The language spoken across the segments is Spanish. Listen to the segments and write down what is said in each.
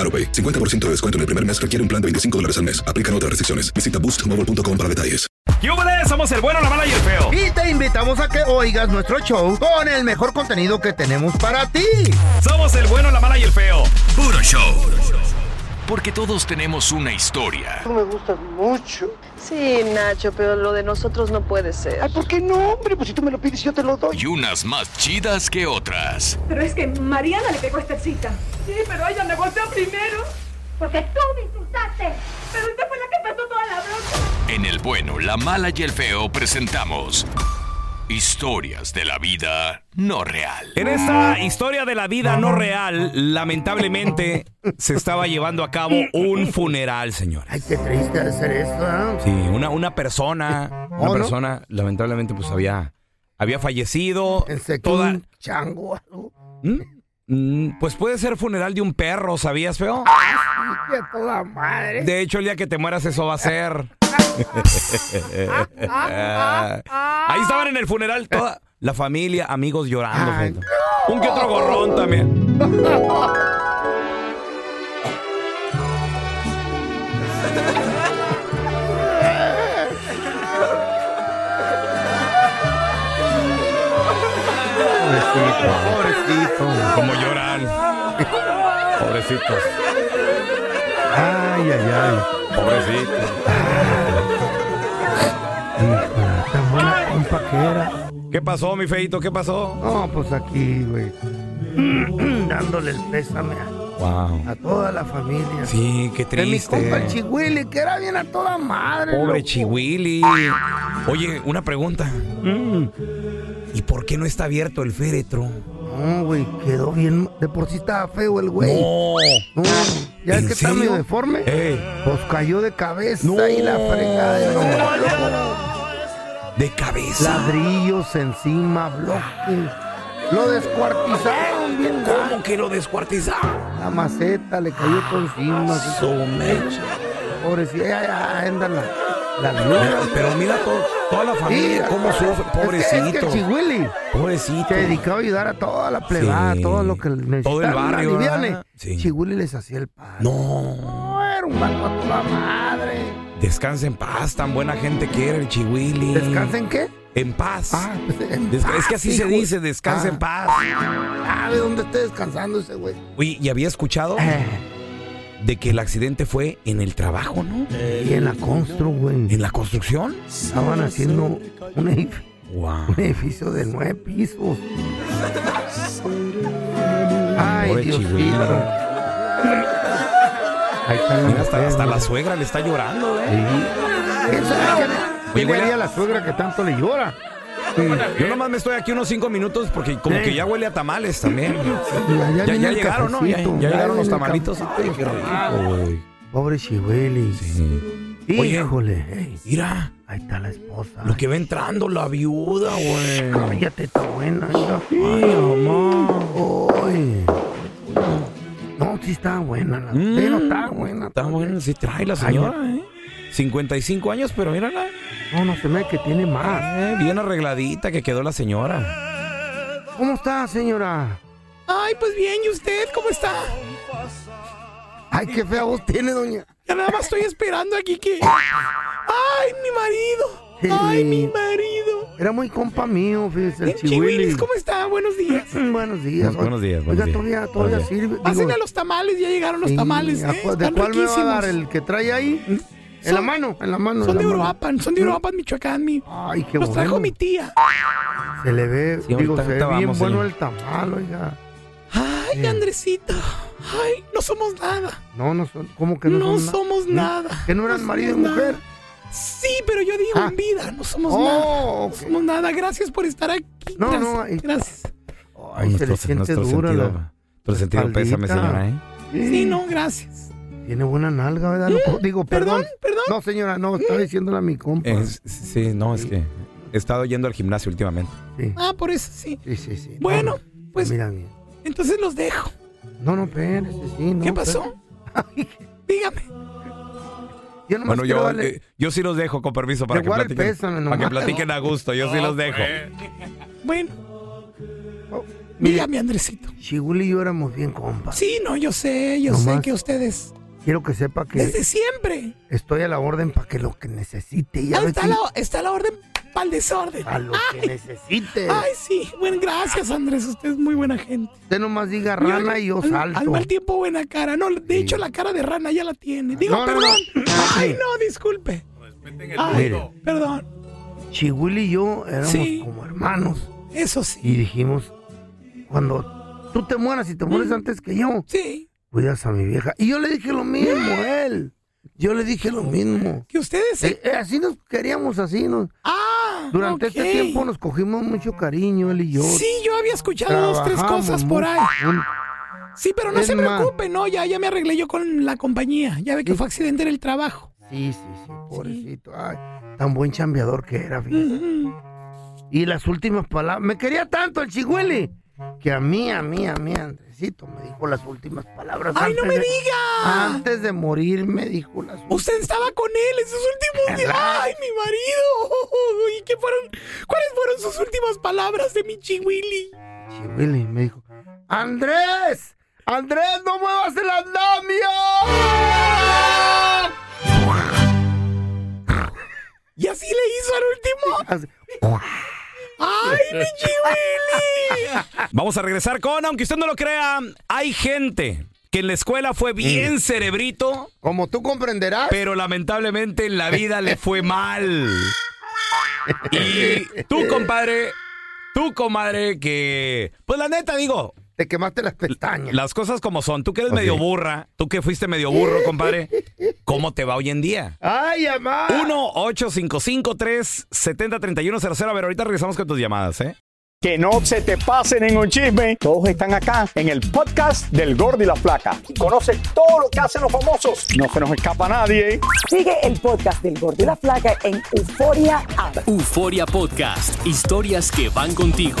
AroPay. 50% de descuento en el primer mes requiere un plan de 25 dólares al mes. Aplican otras restricciones. Visita boostmobile.com para detalles. ¡Yúbales! Somos el bueno, la mala y el feo. Y te invitamos a que oigas nuestro show con el mejor contenido que tenemos para ti. Somos el bueno, la mala y el feo. Puro show. Porque todos tenemos una historia. Tú me gustas mucho. Sí, Nacho, pero lo de nosotros no puede ser. Ay, ¿por qué no, hombre? Pues si tú me lo pides, yo te lo doy. Y unas más chidas que otras. Pero es que Mariana le pegó esta cita. Sí, pero ella me golpeó primero. Porque tú me insultaste. Pero usted fue la que pasó toda la bronca. En El Bueno, La Mala y el Feo presentamos Historias de la Vida No Real. En esta historia de la vida no real, lamentablemente se estaba llevando a cabo un funeral, señor. Ay, qué triste hacer esto, ¿eh? Sí, una, una persona, una Oh, ¿no? persona, lamentablemente, pues había, había fallecido. Pensé que Toda, un chango o algo. ¿Mm? Mm, Pues puede ser funeral de un perro, ¿sabías, feo? Ay, a toda madre. De hecho, el día que te mueras, eso va a ser. Ahí estaban en el funeral toda la familia, amigos llorando. Ay, fíjate. Un que otro gorrón también. Pobrecito. Como lloran. Pobrecitos. Ay, ay, ay. Pobrecitos. Híjole, tan buena compa que era. ¿Qué pasó, mi feito? ¿Qué pasó? No, pues aquí, güey. Dándole el pésame a, Wow. a toda la familia. Sí, qué De mi compa el triste. Chihuili, que era bien a toda madre. Pobre loco. Chihuili. Oye, una pregunta. ¿Y por qué no está abierto el féretro? No, güey, quedó bien. De por sí estaba feo el güey. No. No, ya es ¿En que está medio serio? Eh, deforme. Ey, Pues cayó de cabeza No. y la fregada de loco, loco. de cabeza. Ladrillos encima, bloques. Lo descuartizaron bien. gacho. ¿Cómo que lo descuartizaron? La maceta le cayó por encima. así, Su mecha. Pobrecita, Ay, ay, andan las las Mira, lunas. Ah, Pero mira to- toda la familia, Sí, cómo sufre. Es que, es que Pobrecito. el Chihuili Pobrecito. se dedicó a ayudar a toda la plebada, Sí. todo lo que Todo el necesitaba. barrio, ¿verdad? aliviane. Sí. Chihuili les hacía el pan. No. era un barco a toda madre. Descansa en paz, tan buena gente que era el Chihuili. ¿Descansa en qué? en paz. Ah, pues, en Des- paz, es que así se hijo. dice, descansa Ah. en paz. ¿Sabe dónde esté descansando ese güey? Oye, y había escuchado Eh, de que el accidente fue en el trabajo, ¿no? y en la constru, güey. En la construcción. Estaban haciendo un edif- Wow. un edificio de nueve pisos. Ay, Pobre Diosito. Chihuahua. Ahí está la Mira, hasta, mujer, hasta güey. la suegra le está llorando, ¿eh? Sí. ¿Quién sabe qué le- qué Oye, le güey, haría la- a la suegra que tanto le llora? Yo nomás me estoy aquí unos cinco minutos porque como Sí. que ya huele a tamales también. Ya, Ya, viene ya el llegaron, ¿no? Ya, cafecito, ya llegaron viene los el tamalitos. cafecito. Ay, qué rico, güey. Pobre Chihueli. Oye. Híjole. ey, Mira, ahí está la esposa. lo que va entrando la viuda, güey. Cállate, está buena. mira. Ay, mamá. Ay. No, sí está buena. La... Mm. Pero está buena. Está bueno, sí trae la señora, ¿eh? 55 años, pero mírala. No, no se me que tiene más. Eh, bien arregladita que quedó la señora. ¿Cómo está, señora? Ay, pues bien, ¿y usted cómo está? Ay, qué fea voz tiene, doña. Ya nada más estoy esperando aquí que. ¡Ay, mi marido! ¡Ay, mi marido! Era muy compa mío, fíjese, el El Chihuilis, chihuilis. ¿cómo está? Buenos días. Buenos días. Buenos días, Oiga, buenos días. todavía, todavía Buenos días. sirve. Pasen digo, a los tamales, ya llegaron los sí, tamales. ¿a ¿eh? cuál- ¿De Están cuál me va a dar? riquísimos. ¿El que trae ahí? En la Son- mano, en la mano. en Son la de mano. Uruapan, son de Uruapan, Michoacán, mi. Ay, Mm. Ah, qué Los trajo bueno. mi tía. Se le ve, Sí, digo, ahorita- se ve ahorita bien vamos, bueno señor. el tamal, oiga. Ay, Sí. Andresito. Ay, no somos nada. No, no son, ¿cómo que no, No son na- somos ¿No? nada. ¿Que no eran somos marido y nada. mujer? Sí, pero yo digo Ah. en vida, no somos Oh, nada. No ok. somos nada. Gracias por estar aquí. No, gracias. no, ahí- gracias. Ay, se le siente dura la... espaldita. ¿eh? Sí, no, gracias. Tiene buena nalga, ¿verdad? loco? digo, perdón. Mm, Perdón, perdón. No, señora, no, estaba diciéndole a mi compa. sí, no, es que he estado yendo al gimnasio últimamente. Sí, Ah, por eso sí. sí, sí. sí. Bueno, No, no, pues Mira bien. entonces los dejo. No, no, espérese, sí, no. ¿Qué pasó? Dígame. espérese. Yo nomás Bueno, quiero yo, darle- eh, yo sí los dejo, con permiso, para Le que, guardo el platiquen, pésame nomás. para que platiquen a gusto. Yo sí los dejo. Bueno, Oh, mire, dígame, Andresito. Chiguli y yo éramos bien compas. Sí, no, yo sé, yo Nomás. sé que ustedes, Quiero que sepa que desde siempre, estoy a la orden para que lo que necesite. Ya ahí ve está, que- la, está la orden para el desorden. A lo que Ay, necesite. ay, sí. Bueno, gracias, Andrés. Usted es muy buena gente. Usted nomás diga rana y yo al- Al salto. mal tiempo, buena cara. No, de hecho, la cara de rana ya la tiene. Digo, No, no, no. perdón. Ay, no, disculpe. Ay, perdón. Chihuili y yo éramos Sí. como hermanos. Eso sí. Y dijimos, cuando tú te mueras y te Mm. mueres antes que yo, Sí. cuidas a mi vieja. Y yo le dije lo mismo a él. Yo le dije lo mismo. Que ustedes se... Eh, eh, así nos queríamos, así nos... Ah, Durante ok. este tiempo nos cogimos mucho cariño, él y yo. Sí, yo había escuchado dos, tres Trabajamos cosas por ahí. mucho juntos. Sí, pero no Es se más- preocupe, no, ya, ya me arreglé yo con la compañía. Ya ve que fue accidente en el trabajo. Sí, sí, sí, pobrecito. Ay, tan buen chambeador que era, fíjate. Y las últimas palabras. Me quería tanto el chigüeli que a mí, a mí, a mí, Andresito, me dijo las últimas palabras. ¡Ay, no antes me de- diga! Antes de morir, me dijo las últimas. Usted estaba con él en sus últimos días. ¡Ay, mi marido! ¿Y qué fueron? ¿Cuáles fueron sus últimas palabras de mi chihuili? Chigüeli me dijo: ¡Andrés! ¡Andrés, no muevas el andamio! ¿Y así le hizo al último? Así- ¡Ay, mi chihuili! Vamos a regresar con, aunque usted no lo crea, hay gente que en la escuela fue bien cerebrito, Como tú comprenderás. pero lamentablemente en la vida le fue mal. Y tú, compadre, tú, comadre, que... Pues la neta, digo, Te quemaste las pestañas. Las cosas como son. Tú que eres medio burra, tú que fuiste medio burro, compadre. ¿Cómo te va hoy en día? ¡Ay, amá! 1-855-370-3100. A ver, ahorita regresamos con tus llamadas, ¿eh? Que no se te pasen en un chisme. Todos están acá en el podcast del Gordi y la Flaca. Y conoce todo lo que hacen los famosos. No se nos escapa nadie. Sigue el podcast del Gordo y la Flaca en Euforia App. Euforia Podcast. Historias que van contigo.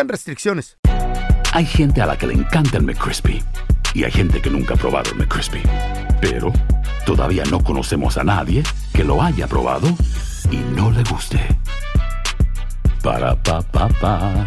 restricciones. Hay gente a la que le encanta el McCrispy y hay gente que nunca ha probado el McCrispy. Pero todavía no conocemos a nadie que lo haya probado y no le guste. Para pa pa pa.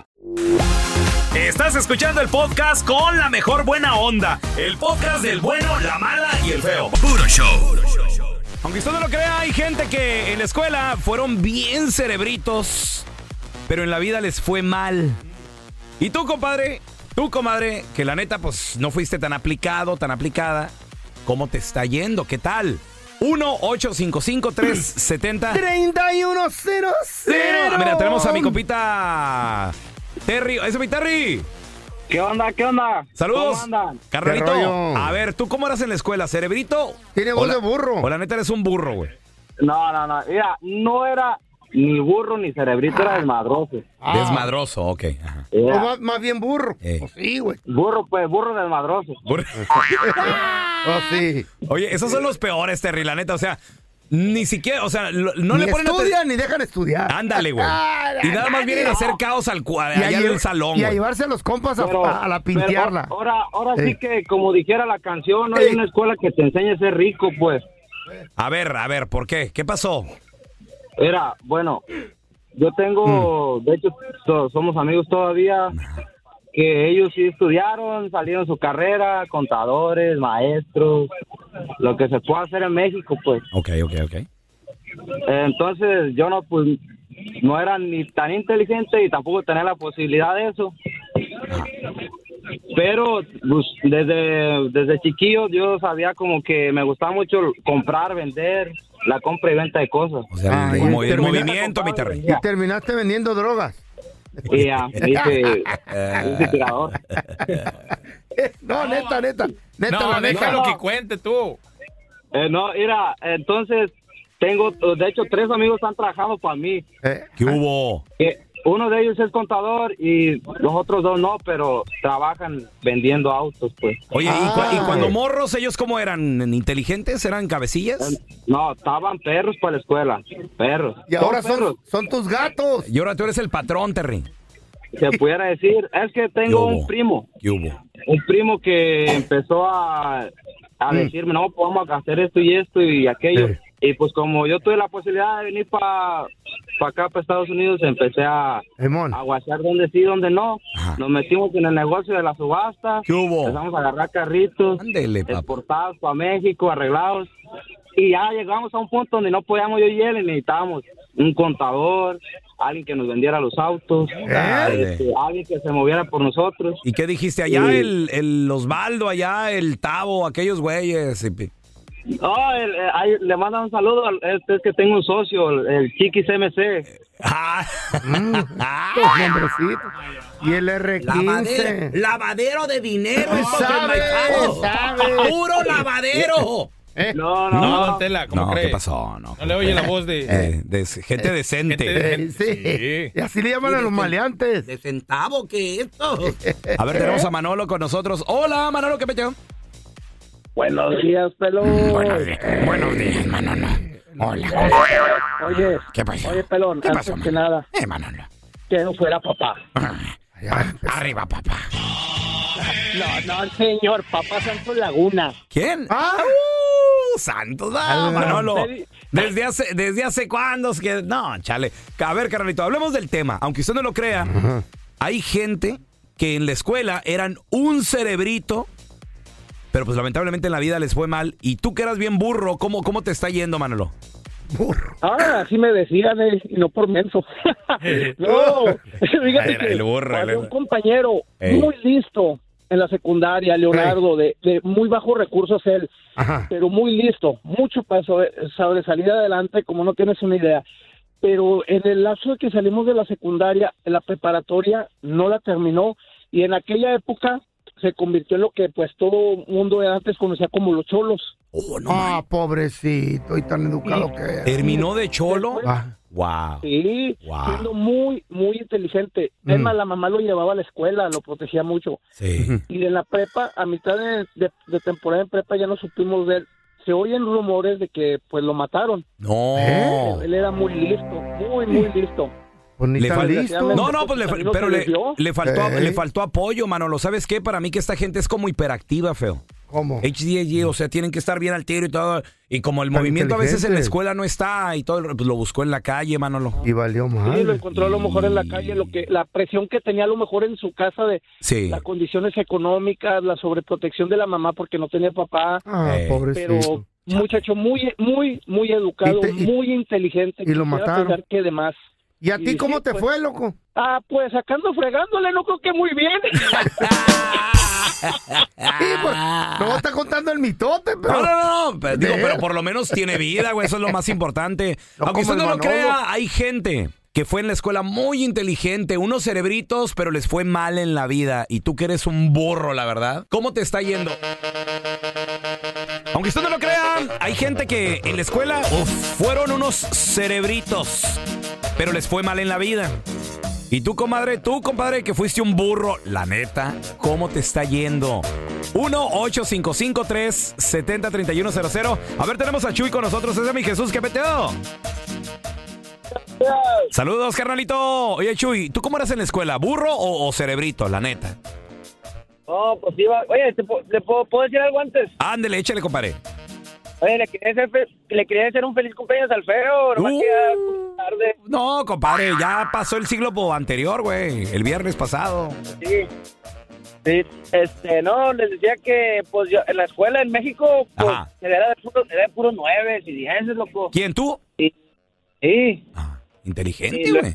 Estás escuchando el podcast con la mejor buena onda. El podcast del bueno, la mala y el feo. Puro show. Aunque usted no lo crea, hay gente que en la escuela fueron bien cerebritos, pero en la vida les fue mal. Y tú, compadre, tú, comadre, que la neta, pues no fuiste tan aplicado, tan aplicada. ¿Cómo te está yendo? ¿Qué tal? 1-855-370. 3100. Ah, Mira, tenemos a mi copita Terry. ¡Ese es mi Terry! ¿Qué onda? ¿Qué onda? Saludos. ¿Cómo andan? Carnalito, ¿Qué rollo? a ver, ¿tú cómo eras en la escuela? ¿Cerebrito? Tiene voz O la- de burro. O la neta eres un burro, güey. No, no, no. Mira, no era ni burro ni cerebrito, era desmadroso. Ah. Desmadroso, ok. ajá. Era O más, más bien burro. Oh, Ey. Sí, güey. Burro, pues, burro desmadroso. Burro. Oh, Oye, esos son los peores, Terry, la neta. O sea, ni siquiera, o sea, lo- no Ni le ponen estudian atención. ni dejan estudiar. Ándale, güey. Ah, Y nada más nadie. vienen a hacer caos al cua- Y a allá llevar- del salón. Y a güey. llevarse a los compas a, Pero- a- a la pintearla. pero ahora, ahora Ey. sí que, como dijera la canción, no hay una escuela que te enseñe a ser rico, pues. A ver, a ver, ¿por qué? ¿Qué pasó? Era, bueno, yo tengo, de hecho, so- somos amigos todavía, que ellos sí estudiaron, salieron su carrera, contadores, maestros, lo que se puede hacer en México, pues. Ok, ok, ok. Entonces, yo no, pues, no era ni tan inteligente y tampoco tenía la posibilidad de eso. Pero pues, desde, desde chiquillo yo sabía como que me gustaba mucho comprar, vender, la compra y venta de cosas. O sea, el, mo- el movimiento, mi Terry. Y terminaste vendiendo drogas. Y ya, dice, dice tirador. Ah, No, neta, neta. Neta, No, la neta. déjalo que cuente tú. Eh, no, mira, entonces tengo, de hecho, tres amigos han trabajado para mí. Eh, ¿Qué hubo? Que uno de ellos es contador y los otros dos no, pero trabajan vendiendo autos, pues. Oye, ¿y, cua- y cuando morros, ellos cómo eran? ¿Inteligentes? ¿Eran cabecillas? No, estaban perros para la escuela, perros. Y ahora son- son tus gatos. Y ahora tú eres el patrón, Terry. Se pudiera decir, es que tengo un primo, ¿Qué hubo? un primo que empezó a, a Mm. decirme, no, podemos hacer esto y esto y aquello. Y pues como yo tuve la posibilidad de venir para acá, para Estados Unidos, empecé a, Simón. a guachar donde sí, donde no. Nos metimos en el negocio de la subasta. ¿Qué hubo? Empezamos a agarrar carritos, exportados para México, arreglados. Y ya llegamos a un punto donde no podíamos yo y él y necesitábamos un contador, alguien que nos vendiera los autos, Dale. este, alguien que se moviera por nosotros. ¿Y qué dijiste? Allá Sí. el, el Osvaldo, allá el Tavo, aquellos güeyes. y pi- No, el- eh, ahí le mandan un saludo. al- Este es que tengo un socio, el, el Chiquis MC. Ah. Y el R15. Lavadero, lavadero de dinero. eso es Sabe, my house. sabe. ¿Eh? Puro lavadero. No, no, No, no. Tela, ¿cómo No, crees? ¿qué pasó? No, No le oye la voz de- Eh, de gente Eh, decente. Eh, sí. Y así le llaman a los maleantes. De centavo que esto. A ver, tenemos a Manolo con nosotros. Hola, Manolo, ¿qué pecho? Buenos días, pelón. Buenos días, buenos días Manolo. Hola. Oye, ¿qué pasó? Oye, pelón, antes que nada. Eh, Manolo. Que no fuera papá. Ah, pues. Arriba, papá. No, no, señor, papá Santos Laguna. ¿Quién? ¡Ah! ¡Santos! Ah, Manolo, sí. desde hace, desde hace cuándo. es que- No, chale. A ver, carnalito, hablemos del tema. Aunque usted no lo crea, hay gente que en la escuela eran un cerebrito, pero pues lamentablemente en la vida les fue mal. Y tú que eras bien burro, ¿cómo, cómo te está yendo, Manolo? Ah, así me decían, eh, y no por menso. no, fíjate Era que el burro, había el- un compañero Ey. muy listo en la secundaria, Leonardo, de, de muy bajos recursos él, pero muy listo, mucho para sobre- sobresalir adelante, como no tienes una idea. Pero en el lapso de que salimos de la secundaria, la preparatoria no la terminó y en aquella época se convirtió en lo que pues todo mundo de antes conocía como los cholos. "Pues ah, pobrecito y tan educado que era. ¿Terminó de cholo? Eh, Ah. ¡Wow! Sí, Wow. siendo muy, muy inteligente. Mm. Es más, la mamá lo llevaba a la escuela, lo protegía mucho. Sí. Y en la prepa, a mitad de, de- de temporada en prepa ya no supimos de él. Se oyen rumores de que pues lo mataron. No. ¿Eh? Oh. Él, él era muy listo, muy, muy listo. Le tan fal- listo. No, no, pues le, fal- Lo que pero le, les dio. le faltó, Ey. le faltó apoyo, Manolo. ¿Sabes qué? Para mí que esta gente es como hiperactiva, feo. ¿Cómo? HDG, o sea, tienen que estar bien al tiro y todo. Y como el movimiento a veces en la inteligente. escuela no está y todo, el- pues lo buscó en la calle, Manolo. Y valió Sí, lo mal. encontró a lo mejor en la calle, lo que la presión que tenía a lo mejor en su casa de Sí. las condiciones económicas, la sobreprotección de la mamá porque no tenía papá. Ah, Eh. pobrecito. Pero muchacho muy, muy, muy educado, Y te- y- muy inteligente. y lo quisiera mataron. pensar que de más. ¿Y a ti cómo te fue, loco? Ah, pues sacando fregándole, no creo que muy bien. pues, Ah. No, está contando el mitote, pero... No, no, no, pero, digo, De- pero por lo menos tiene vida, güey, eso es lo más importante. No Aunque como usted el no lo Manolo. crea, hay gente que fue en la escuela muy inteligente, unos cerebritos, pero les fue mal en la vida. Y tú que eres un burro, la verdad. ¿Cómo te está yendo? Aunque usted no lo crea, hay gente que en la escuela uf, fueron unos cerebritos, pero les fue mal en la vida. Y tú, comadre, tú, compadre, que fuiste un burro, la neta, ¿cómo te está yendo? 1-855-370-3100. A ver, tenemos a Chuy con nosotros. Ese es mi Jesús, ¿qué peteo? Saludos, carnalito. Oye, Chuy, ¿tú cómo eras en la escuela? ¿Burro o, o cerebrito, la neta? No, pues iba. Oye, ¿te po- ¿le puedo, puedo decir algo antes? Ándele, échale, compadre. Oye, le quería hacer, fe- le quería hacer un feliz cumpleaños al feo. nomás que ya- Uh. tarde. Uh. No, compadre, ya pasó el siglo po- anterior, güey. El viernes pasado. Sí. Sí, este, no, les decía que, pues, yo, en la escuela en México, pues, Ajá. era de puros era de puros nueves y dieces, loco. ¿Quién, tú? Ah, Sí. Inteligente, Sí, lo- güey.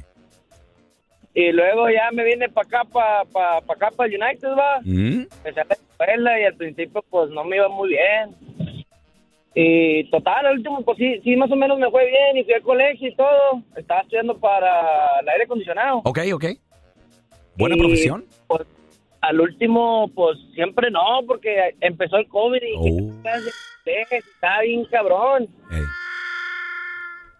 Y luego ya me vine para acá, para pa, pa acá, para United, va. Mm. Empecé a la escuela y al principio, pues, no me iba muy bien. Y total, al último, pues, sí, sí, más o menos me fue bien y fui al colegio y todo. Estaba estudiando para el aire acondicionado. Ok, ok. Buena Y, profesión. Pues, al último, pues siempre no, porque empezó el COVID Oh. y dije, "¿Qué clase de estrés? está bien cabrón. Eh,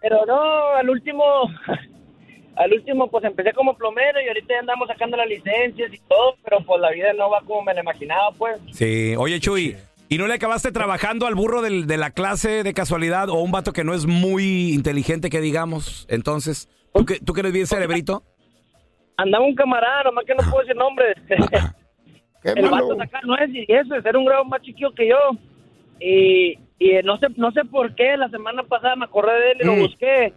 Pero no, al último, al último, pues empecé como plomero y ahorita ya andamos sacando las licencias y todo, pero pues la vida no va como me la imaginaba, pues. Sí, oye Chuy, ¿y no le acabaste trabajando al burro del- de la clase de casualidad o un vato que no es muy inteligente que digamos? Entonces, ¿tú que, tú que eres bien cerebrito? Andaba un camarada, nomás que no puedo decir nombres. Ah, el vato de acá no es y eso, era un grado más chiquillo que yo. Y, y eh, no sé no sé por qué, la semana pasada me acordé de él y lo busqué.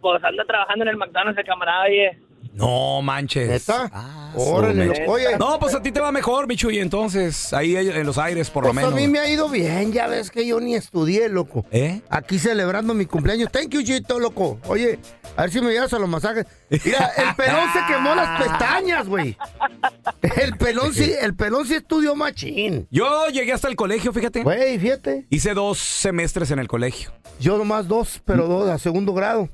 Pues anda trabajando en el McDonald's, el camarada, oye. No manches. ¿Neta? ah, Órale, oye. No, pues a ti te va mejor, mi Chuy, entonces, ahí en los aires por lo Pues a menos. mí me ha ido bien, ya ves que yo ni estudié, loco. ¿Eh? Aquí celebrando mi cumpleaños. Thank you, Chito, loco. Oye, a ver si me llevas a los masajes. Mira, el pelón se quemó las pestañas, güey. El pelón sí, el pelón sí estudió machín. Yo llegué hasta el colegio, fíjate. Güey, fíjate. Hice dos semestres en el colegio. Yo nomás dos, pero dos a segundo grado.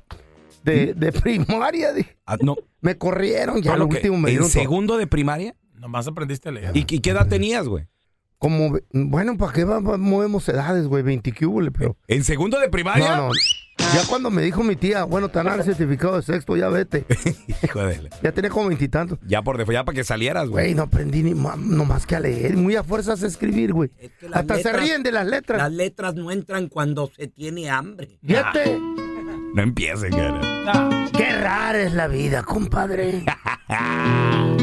De, de primaria. de- Ah, no. Me corrieron, ya Ah, lo no, ¿Mm? que último me ¿En dieron todo. segundo de primaria? Nomás aprendiste a leer. ¿Y, y qué edad tenías, güey? Como, ve- bueno, ¿para qué va- va- movemos edades, güey? 20 que hubo, pero... ¿En segundo de primaria? No, no. Ya cuando me dijo mi tía, bueno, te van a dar el certificado de sexto, ya vete. Hijo de la- Ya tenía como veintitantos. Ya por defo, ya para que salieras, Güey, güey. no aprendí ni ma- nomás que a leer. Muy a fuerzas a escribir, güey. Hasta se ríen de las letras. Las letras no entran cuando se tiene hambre. Fíjate. No empieces, cara. Qué rara es la vida, compadre.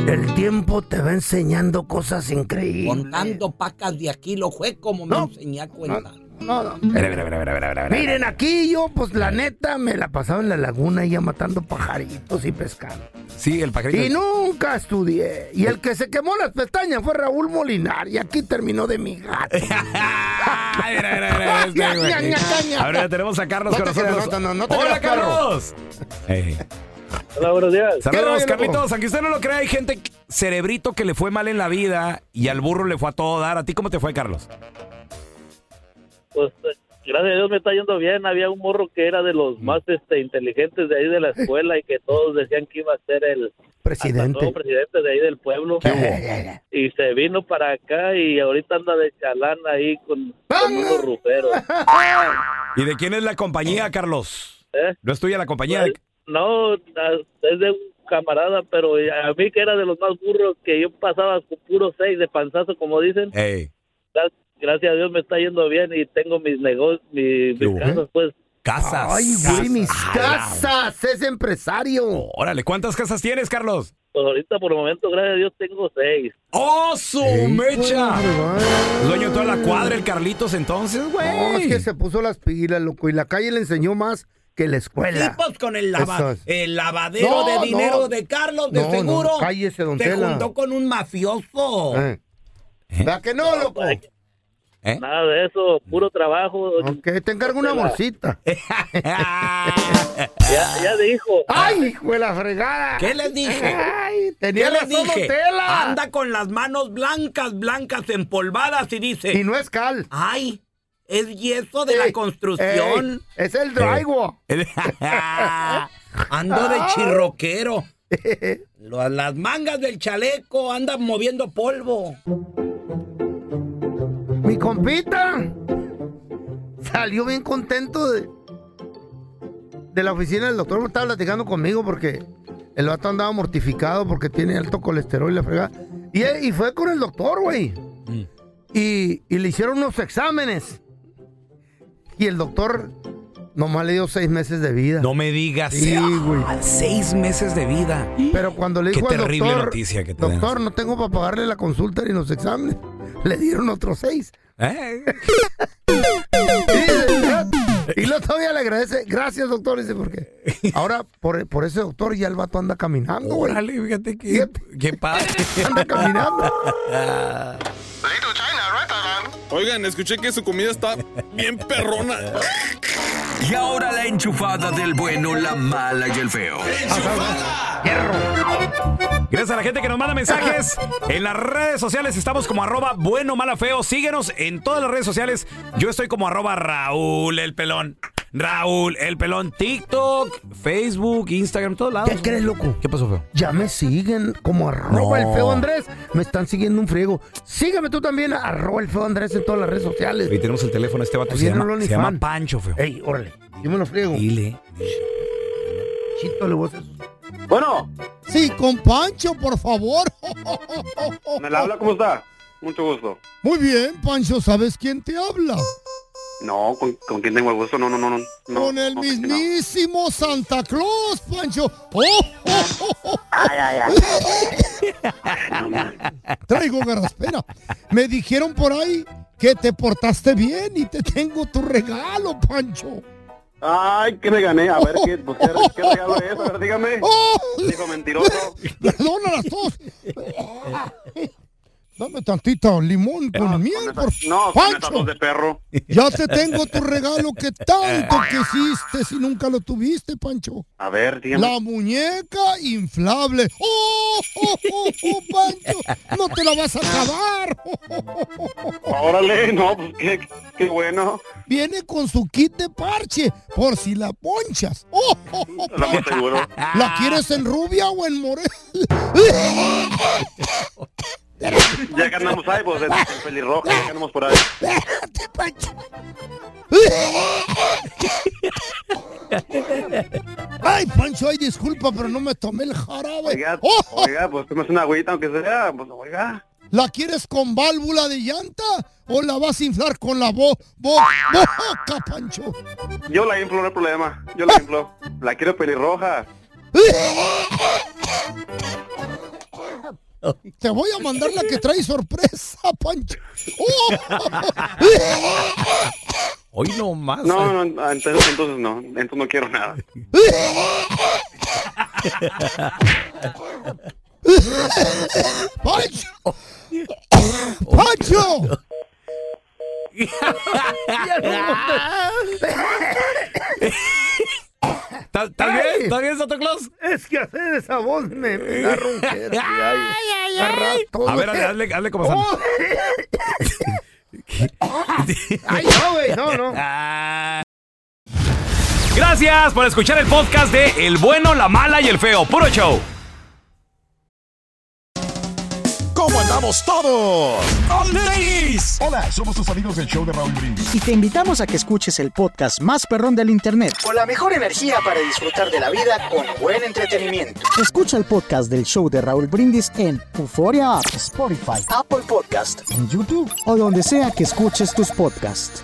El tiempo te va enseñando cosas increíbles. Contando pacas de aquí lo fue como me enseñé a contar. No, no. Espera, espera, espera, espera, espera, espera. Miren, aquí yo, pues la neta, me la pasaba en la laguna ya matando pajaritos y pescando. Sí, el pajarito. Y nunca estudié. Y el que se quemó las pestañas fue Raúl Molinar. Y aquí terminó de mi gato. Ay, mira, mira, mira, este, Ña, güey. ña, ña, ña. Ahora ya tenemos a Carlos No con te creas, nosotros. no, no, no te ¡Hola, creas, perro. Carlos! Ey. Hola, buenos días. Saludos, rollo, Carlitos. loco? Aunque usted no lo crea, hay gente que- cerebrito que le fue mal en la vida y al burro le fue a todo dar. ¿A ti cómo te fue, Carlos? Pues eh, gracias a Dios me está yendo bien. Había un morro que era de los más este, inteligentes de ahí de la escuela y que todos decían que iba a ser el Presidente. nuevo presidente de ahí del pueblo. Y se vino para acá y ahorita anda de chalán ahí con con unos ruferos. ¿Y de quién es la compañía, Carlos? ¿Eh? ¿No es tuya la compañía? No, na- es de un camarada, pero a mí que era de los más burros que yo pasaba con puro seis de panzazo, como dicen. Ey. Gra- Gracias a Dios me está yendo bien y tengo mis negocios, mis, mis casas, pues. Casas. Ah, Ay, güey, mis casas. Es empresario. Órale, ¿cuántas casas tienes, Carlos? Pues ahorita por el momento, gracias a Dios, tengo seis. ¡Oh, su mecha! Dueño de toda la cuadra, el Carlitos, entonces, güey. No, es que se puso las pilas, loco. Y la calle le enseñó más que la escuela. Tipos con el, lava- Esas. el lavadero No, de dinero no. de Carlos, de No, no, seguro. cállese, don se Tela. juntó con un mafioso. ¿Eh? ¿Verdad que no, loco? Nada de eso, puro trabajo. Que te encargo una bolsita. Eh. Ah, Ya, ya dijo. ¡Ay, hijo de la fregada! ¿Qué les dije? ¡Ay, tenía ¿Qué la les dije? tela! Anda con las manos blancas, blancas, empolvadas y dice. Y no es cal. ¡Ay! Es yeso de la construcción. Ey, es el drywall. Ando de Ah. chirroquero. Lo- Las mangas del chaleco andan moviendo polvo. Mi compita salió bien contento de, de la oficina del doctor. Estaba platicando conmigo porque el vato andaba mortificado porque tiene alto colesterol y la fregada. Y, él- y fue con el doctor, güey. Mm. Y, y le hicieron unos exámenes. Y el doctor nomás le dio seis meses de vida. No me digas. Sí, güey. Ah, Seis meses de vida. Pero cuando le Qué dijo al terrible doctor, noticia que te dan. doctor, no tengo para pagarle la consulta ni los exámenes, le dieron otros seis. ¿Eh? Y lo todavía le agradece. Gracias, doctor. Dice, porque ahora por, por ese doctor ya el vato anda caminando, güey. Órale, fíjate que. Qué padre. Anda caminando. Oigan, escuché que su comida está bien perrona. Y ahora la enchufada del bueno, la mala y el feo. Gracias a la gente que nos manda mensajes. En las redes sociales estamos como arroba bueno, mala, feo. Síguenos en todas las redes sociales. Yo estoy como arroba Raúl el pelón. Raúl el pelón. TikTok, Facebook, Instagram, todos lados. ¿Qué crees, loco? ¿Qué pasó, feo? Ya me siguen como arroba No. el feo Andrés. Me están siguiendo un friego. Sígueme tú también, arroba el feo Andrés en todas las redes sociales. Ahí tenemos el teléfono. Este vato Ahí se viene llama, el se llama OnlyFans. Pancho, feo. Ey, órale, yo me lo friego. Dile. Chito le voy a hacer su- Bueno, Sí, con Pancho, por favor. me la habla, ¿cómo está? Mucho gusto. Muy bien, Pancho, ¿sabes quién te habla? No, ¿con, con quién tengo el gusto? No, no, no, no. no. Con el mismísimo Santa Claus, Pancho. Traigo garraspera. Me dijeron por ahí que te portaste bien y te tengo tu regalo, Pancho. Ay, ¿qué me gané? A ver, ¿qué, pues, qué, qué regalo es? A ver, dígame. Dijo mentiroso. Oh. Perdona las dos. Dame tantita limón con miel, por Eh, No, con esas Pancho. dos de perro. Ya te tengo tu regalo que tanto quisiste si nunca lo tuviste, Pancho. A ver, dígame. La muñeca inflable. ¡Oh, oh, oh, oh, Pancho! ¡No te la vas a acabar! Órale, no, pues qué, qué bueno. Viene con su kit de parche por si la ponchas. ¡Oh, oh, oh, Estamos Pancho! seguros. ¿La quieres en rubia o en morena? Ya ganamos ahí, pues, en, en pelirroja, ya ganamos por ahí. Ay, Pancho, ay, disculpa, pero no me tomé el jarabe. Oiga, ¡Oh! oiga, pues tomas una agüita, aunque sea, pues, oiga. ¿La quieres con válvula de llanta o la vas a inflar con la bo bo- boca, Pancho? Yo la inflo, no hay problema. Yo la inflo. La quiero pelirroja. Te voy a mandar la que trae sorpresa, Pancho. ¡Oh! Hoy no más. No, no, no, entonces, entonces no. Entonces no quiero nada. ¡Pancho! ¡Pancho! ¿Estás estás bien? ¿Estás bien, Santa Claus? Es que hacer esa voz me, me da ronquera. ay, A ver, hazle, hazle, hazle Oh. como Santa. Ay, no, güey, no, no. Gracias por escuchar el podcast de El Bueno, la Mala y el Feo. Puro show. ¿Cómo andamos todos? Hola, somos tus amigos del show de Raúl Brindis. y te invitamos a que escuches el podcast más perrón del internet. Con la mejor energía para disfrutar de la vida con buen entretenimiento. Escucha el podcast del show de Raúl Brindis en Euforia App, Spotify, Apple Podcast. en YouTube o donde sea que escuches tus podcasts.